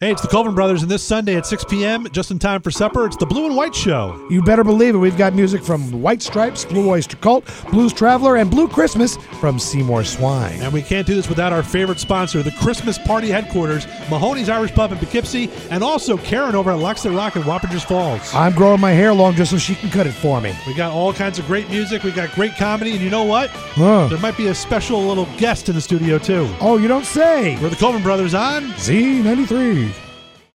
Hey, it's the Colvin Brothers, and this Sunday at 6 p.m., just in time for supper, it's the Blue and White Show. You better believe it. We've got music from White Stripes, Blue Oyster Cult, Blues Traveler, and Blue Christmas from Seymour Swine. And we can't do this without our favorite sponsor, the Christmas Party Headquarters, Mahoney's Irish Pub in Poughkeepsie, and also Karen over at Luxor Rock in Wappingers Falls. I'm growing my hair long just so she can cut it for me. We got all kinds of great music, we got great comedy, and you know what? Huh. There might be a special little guest in the studio, too. Oh, you don't say. We're the Colvin Brothers on Z93.